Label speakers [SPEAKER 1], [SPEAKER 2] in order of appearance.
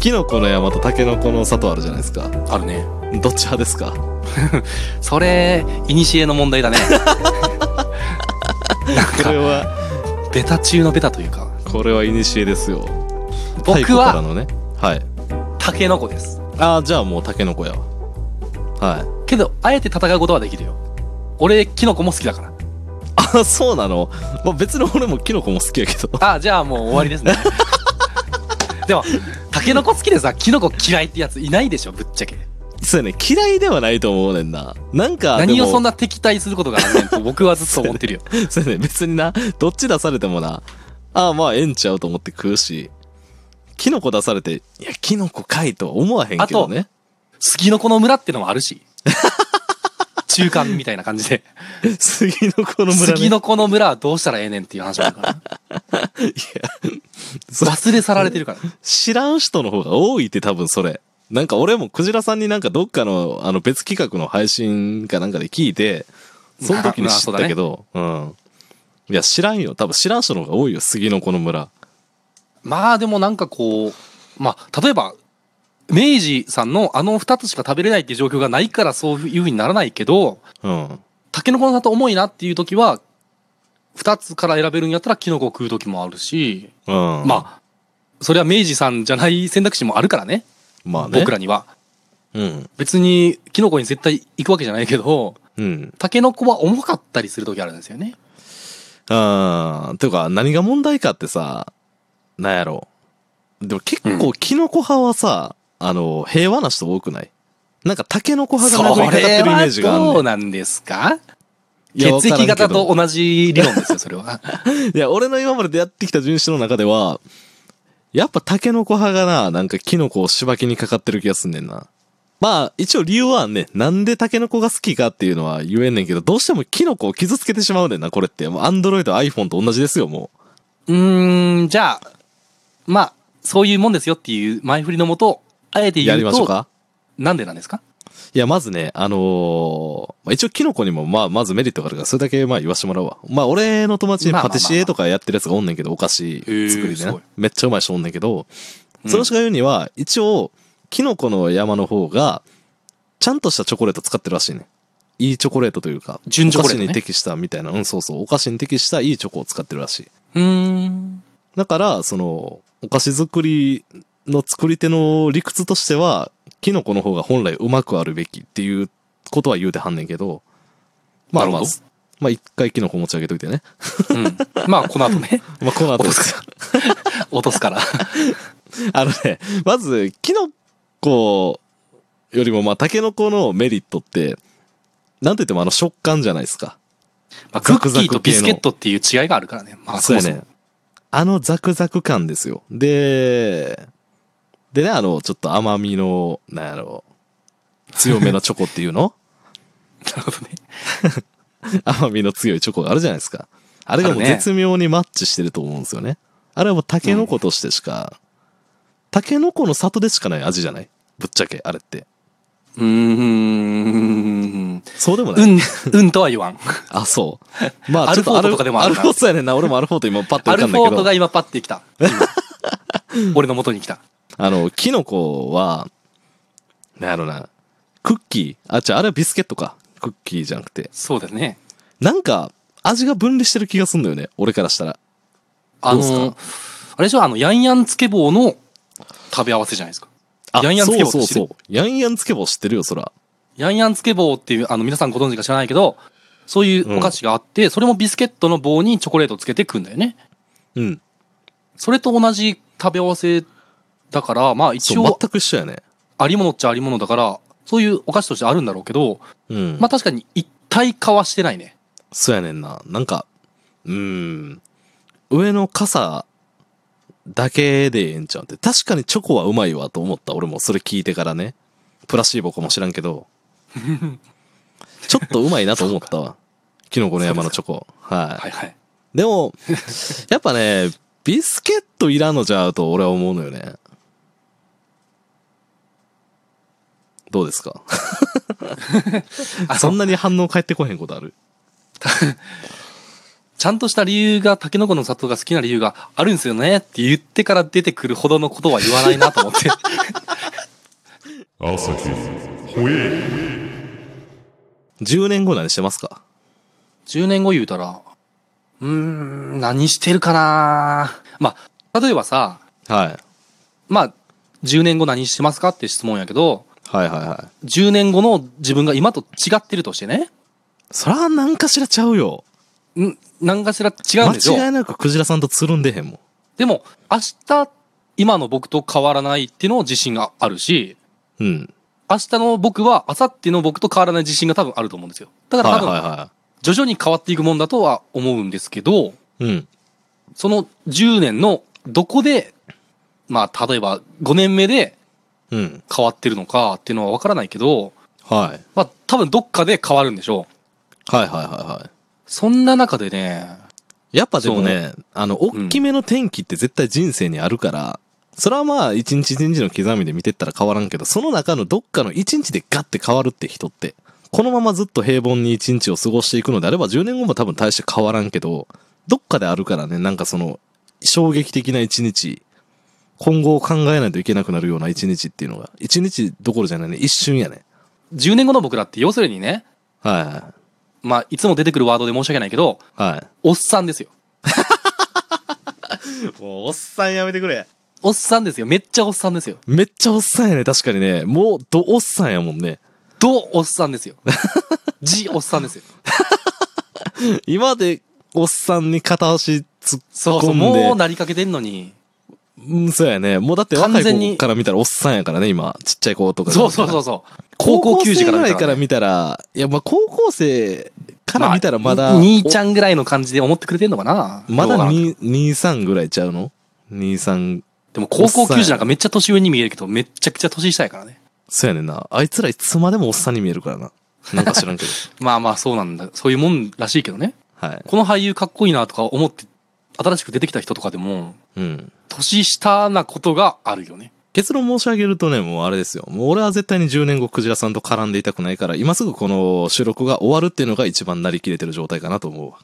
[SPEAKER 1] キノコの山とタケノコの里あるじゃないですか
[SPEAKER 2] あるね
[SPEAKER 1] どっち派ですか
[SPEAKER 2] それいにしえの問 題だねなん
[SPEAKER 1] これ
[SPEAKER 2] か
[SPEAKER 1] は
[SPEAKER 2] ベタ中のベタというか
[SPEAKER 1] これは古ですよ
[SPEAKER 2] 僕
[SPEAKER 1] 太
[SPEAKER 2] は
[SPEAKER 1] 古からのねはい
[SPEAKER 2] タケノコです
[SPEAKER 1] ああじゃあもうタケノコやわはい
[SPEAKER 2] けどあえて戦うことはできるよ俺キノコも好きだ から
[SPEAKER 1] あそうなの、まあ、別に俺もキノコも好きやけど
[SPEAKER 2] あじゃあもう終わりですねでもタケノコ好きでさキノコ嫌いってやついないでしょぶっちゃけ
[SPEAKER 1] そうやね嫌いではないと思うねんななんかでも
[SPEAKER 2] 何をそんな敵対することがあるね んと僕はずっと思ってるよ
[SPEAKER 1] そうやね別になどっち出されてもなああまあええんちゃうと思って食うしキノコ出されていやキノコかいとは思わへんけどね
[SPEAKER 2] 杉の子の村ってのもある し中間みたいな感じで
[SPEAKER 1] 杉の子の村、ね、
[SPEAKER 2] 杉の子の村はどうしたらええねんっていう話もある から
[SPEAKER 1] そう
[SPEAKER 2] 忘れ去られてるから
[SPEAKER 1] 知らん人の方が多いって多分それ。なんか俺もクジラさんになんかどっかのあの別企画の配信かなんかで聞いて、その時に知ったけど、うん。いや知らんよ。多分知らん人の方が多いよ。杉のこの村。
[SPEAKER 2] まあでもなんかこうまあ例えば明治さんのあの2つしか食べれないっていう状況がないからそういうふうにならないけど
[SPEAKER 1] うん。
[SPEAKER 2] タケノコの里重いなっていう時は2つから選べるんやったらキノコ食う時もあるし、
[SPEAKER 1] うん。あ。
[SPEAKER 2] まあそれは明治さんじゃない選択肢もあるからね
[SPEAKER 1] まあね。
[SPEAKER 2] 僕ら。には
[SPEAKER 1] うん。
[SPEAKER 2] 別にキノコに絶対行くわけじゃないけど
[SPEAKER 1] うん。
[SPEAKER 2] タケノコは重かったりする時あるんですよね
[SPEAKER 1] あーていうか何が問題かってさ、なんやろでも結構キノコ派はさ、あの、平和な人多くないなんかタケノコ派が殴りかかってるイメージがある、ね
[SPEAKER 2] それはどうなんですか
[SPEAKER 1] いやわ
[SPEAKER 2] 血
[SPEAKER 1] からん
[SPEAKER 2] 液
[SPEAKER 1] けど
[SPEAKER 2] 型と同じ理論ですよそれは
[SPEAKER 1] いや、俺の今まで出会ってきた人種の中では、やっぱタケノコ派がな、なんかキノコをしばきにかかってる気がすんねんな。まあ、一応理由はね、なんでタケノコが好きかっていうのは言えんねんけど、どうしてもキノコを傷つけてしまうねんな、これって。もうアンドロイド、iPhone と同じですよ、も
[SPEAKER 2] うーんじゃあまあそういうもんですよっていう前振りのもとあえて
[SPEAKER 1] う。や
[SPEAKER 2] 言
[SPEAKER 1] り
[SPEAKER 2] う
[SPEAKER 1] ましょう
[SPEAKER 2] と
[SPEAKER 1] か。
[SPEAKER 2] なんでなんですか
[SPEAKER 1] いや、まずね、あのーまあ、一応キノコにも、まあ、まずメリットがあるから、それだけまあ言わしてもらうわ。まあ、俺の友達に
[SPEAKER 2] まあまあ
[SPEAKER 1] パ
[SPEAKER 2] まあ
[SPEAKER 1] ティシエとかやってるやつがおんねんけど、お菓子作
[SPEAKER 2] へー
[SPEAKER 1] りです
[SPEAKER 2] ごい
[SPEAKER 1] ね。めっちゃうまい人おんねんけど、
[SPEAKER 2] うん
[SPEAKER 1] その人が言うには、一応、キノコの山の方が、ちゃんとしたチョコレート使ってるらしいね。いいチョコレートというか、
[SPEAKER 2] 純チョコレートね
[SPEAKER 1] お菓子に適したみたいな、うん、そうそう、お菓子に適したいいチョコを使ってるらしい。
[SPEAKER 2] うーん
[SPEAKER 1] だから、その、お菓子作りの作り手の理屈としては、キノコの方が本来うまくあるべきっていうことは言うてはんねんけど、まあ、
[SPEAKER 2] なるほ
[SPEAKER 1] ま
[SPEAKER 2] ど
[SPEAKER 1] あ、まあ、一回キノコ持ち上げといてね。
[SPEAKER 2] うん、まあこの後ね
[SPEAKER 1] まあ、この後
[SPEAKER 2] 落とすから落とすから
[SPEAKER 1] あのね、まず、キノコよりも、まあ、タケノコのメリットって、なんといってもあの食感じゃないですか。
[SPEAKER 2] まあ、ク
[SPEAKER 1] ザク
[SPEAKER 2] ッ
[SPEAKER 1] ザ
[SPEAKER 2] キ
[SPEAKER 1] ク系の
[SPEAKER 2] ーとビスケットっていう違いがあるからね。まあ、
[SPEAKER 1] そうや
[SPEAKER 2] も
[SPEAKER 1] ね。あのザクザク感ですよ。で、でね、あの、ちょっと甘みの、なんやろう、強めのチョコっていう の
[SPEAKER 2] そもなるほどね。
[SPEAKER 1] 甘みの強いチョコがあるじゃないですか。あれがもう
[SPEAKER 2] あるね
[SPEAKER 1] 絶妙にマッチしてると思うんですよね。あれはもうタケノコとしてしか、タケノコの里でしかない味じゃないぶっちゃけ、あれって。
[SPEAKER 2] うーん。
[SPEAKER 1] そうでもない。
[SPEAKER 2] うん、うんとは言わん。
[SPEAKER 1] あ、そう。ま
[SPEAKER 2] ア
[SPEAKER 1] あ、ちょ
[SPEAKER 2] ル
[SPEAKER 1] っ
[SPEAKER 2] フ
[SPEAKER 1] と
[SPEAKER 2] ォートとかでもあるな
[SPEAKER 1] アルフォートやねんな。俺もアルフォート今パッと
[SPEAKER 2] ア
[SPEAKER 1] 浮か
[SPEAKER 2] ル
[SPEAKER 1] ん
[SPEAKER 2] フ
[SPEAKER 1] だ
[SPEAKER 2] ォ
[SPEAKER 1] け
[SPEAKER 2] ート
[SPEAKER 1] ど
[SPEAKER 2] が、今パッてきた。今俺の元に来た。
[SPEAKER 1] あの、キノコは、なんやろな、クッキー、あ、違う、あれはビスケットか。クッキーじゃなくて。
[SPEAKER 2] そうだね。
[SPEAKER 1] なんか、味が分離してる気がすんだよね。俺からしたら。
[SPEAKER 2] あ
[SPEAKER 1] どう
[SPEAKER 2] の、あれでしょ、あの、ヤンヤンつけ棒の食べ合わせじゃないですか。
[SPEAKER 1] あ、
[SPEAKER 2] ヤンヤンつけ棒
[SPEAKER 1] そうそう
[SPEAKER 2] 知って
[SPEAKER 1] そう。ヤンヤンつけ棒知ってるよ、そら。
[SPEAKER 2] ヤンヤンつけ棒っていう、あの、皆さんご存知か知らないけど、そういうお菓子があって、それもビスケットの棒にチョコレートつけて食うんだよね。
[SPEAKER 1] うん。
[SPEAKER 2] それと同じ食べ合わせだから、まあ一
[SPEAKER 1] そう、
[SPEAKER 2] 応、
[SPEAKER 1] 全く一緒やね。
[SPEAKER 2] ありものっちゃありものだから、そういうお菓子としてあるんだろうけど、
[SPEAKER 1] うん。
[SPEAKER 2] まあ確かに一体化はしてないね。
[SPEAKER 1] そうやねんな。なんか、うーん。上の傘だけでええんちゃうんって。確かにチョコはうまいわと思った。俺もそれ聞いてからね。プラシーボかもしらんけど。ちょっとうまいなと思 ったわ。キノコの山のチョコ。は
[SPEAKER 2] はいは
[SPEAKER 1] い。
[SPEAKER 2] い。
[SPEAKER 1] でも、やっぱね、ビスケットいらんのじゃうと俺は思うのよね。どうですか
[SPEAKER 2] あ
[SPEAKER 1] そん
[SPEAKER 2] な。
[SPEAKER 1] なに反応返ってこへんことある
[SPEAKER 2] ちゃんとした理由が、タケノコの里が好きな理由があるんですよねって言ってから出てくるほどのことは言わないなと思って。
[SPEAKER 3] 朝日ほえ
[SPEAKER 1] 10年後何してますか
[SPEAKER 2] 10年後言うたら、うーん、何してるかなまあ、例えばさ、
[SPEAKER 1] はい。
[SPEAKER 2] まあ、10年後何してますかって質問やけど、
[SPEAKER 1] はいはいはい。
[SPEAKER 2] 10年後の自分が今と違ってるとしてね、
[SPEAKER 1] そら何かしらちゃうよ。
[SPEAKER 2] ん、何かしら違うん
[SPEAKER 1] 間
[SPEAKER 2] でしょ
[SPEAKER 1] 違いなくクジラさんとつるんでへんもん。
[SPEAKER 2] でも、明日、今の僕と変わらないっていうのを自信があるし、
[SPEAKER 1] うん。
[SPEAKER 2] 明日の僕は明後日の僕と変わらない自信が多分あると思うんですよ。だか
[SPEAKER 1] は
[SPEAKER 2] ら多
[SPEAKER 1] い
[SPEAKER 2] 分、
[SPEAKER 1] は
[SPEAKER 2] 徐々に変わっていくもんだとは思うんですけど、
[SPEAKER 1] いはい。うん。
[SPEAKER 2] その10年のどこで、まあ、例えば5年目で
[SPEAKER 1] うん。
[SPEAKER 2] 変わってるのかっていうのはわからないけど、
[SPEAKER 1] はい。
[SPEAKER 2] まあ、多分どっかで変わるんでしょう。
[SPEAKER 1] はいはいはいは
[SPEAKER 2] そんな中でね、
[SPEAKER 1] い。やっぱでもね、あの、大きめの天気って絶対人生にあるから、それはまあ、一日一日の刻みで見てったら変わらんけど、その中のどっかの一日でガッて変わるって人って、このままずっと平凡に一日を過ごしていくのであれば、10年後も多分大して変わらんけど、どっかであるからね、なんかその、衝撃的な一日、今後を考えないといけなくなるような一日っていうのが、一日どころじゃないね、一瞬やね。
[SPEAKER 2] 10年後の僕らって要するにね、
[SPEAKER 1] はいは
[SPEAKER 2] まあ、いつも出てくるワードで申し訳ないけど、
[SPEAKER 1] い。はい。
[SPEAKER 2] おっさんですよ。
[SPEAKER 1] もうおっさんやめてくれ。
[SPEAKER 2] おっさんですよ。めっちゃおっさんですよ。
[SPEAKER 1] めっちゃおっさんやね、確かにね。もう、どおっさんやもんね。
[SPEAKER 2] どおっさ んですよ。じおっさんですよ。
[SPEAKER 1] 今まで、おっさんに片足突っ込んで。
[SPEAKER 2] そうそう、もうなりかけてんのに。
[SPEAKER 1] うん、そうやね。もうだって若
[SPEAKER 2] 完全に
[SPEAKER 1] い子から見たらおっさんやからね、今。ちっちゃい子とか。。
[SPEAKER 2] そうそうそううそう。高校球児から
[SPEAKER 1] ぐら
[SPEAKER 2] 見
[SPEAKER 1] い
[SPEAKER 2] た
[SPEAKER 1] から
[SPEAKER 2] らね。
[SPEAKER 1] 見たら、いや、まあ高校生から見たらまだ、
[SPEAKER 2] あ兄ちゃんぐらいの感じで思ってくれてんのかな
[SPEAKER 1] ま
[SPEAKER 2] どうか
[SPEAKER 1] だ
[SPEAKER 2] な
[SPEAKER 1] に2、3ぐらいちゃうの ?2、3。
[SPEAKER 2] でも高校球児なんかめっちゃ年上に見えるけど、めっちゃくちゃ年下やからね。
[SPEAKER 1] そうやねんな。あいつらいつまでもおっさんに見えるからな。なんか知らんけ ど。
[SPEAKER 2] まあまあそうなんだ。そういうもんらしいけどね。
[SPEAKER 1] はい。
[SPEAKER 2] この俳優かっこいいなとか思って、新しく出てきた人とかでも、
[SPEAKER 1] うん。
[SPEAKER 2] 年下なことがあるよね。
[SPEAKER 1] 結論申し上げるとね、もうあれですよ。もう俺は絶対に10年後クジラさんと絡んでいたくないから、今すぐこの収録が終わるっていうのが一番なりきれてる状態かなと思うわ。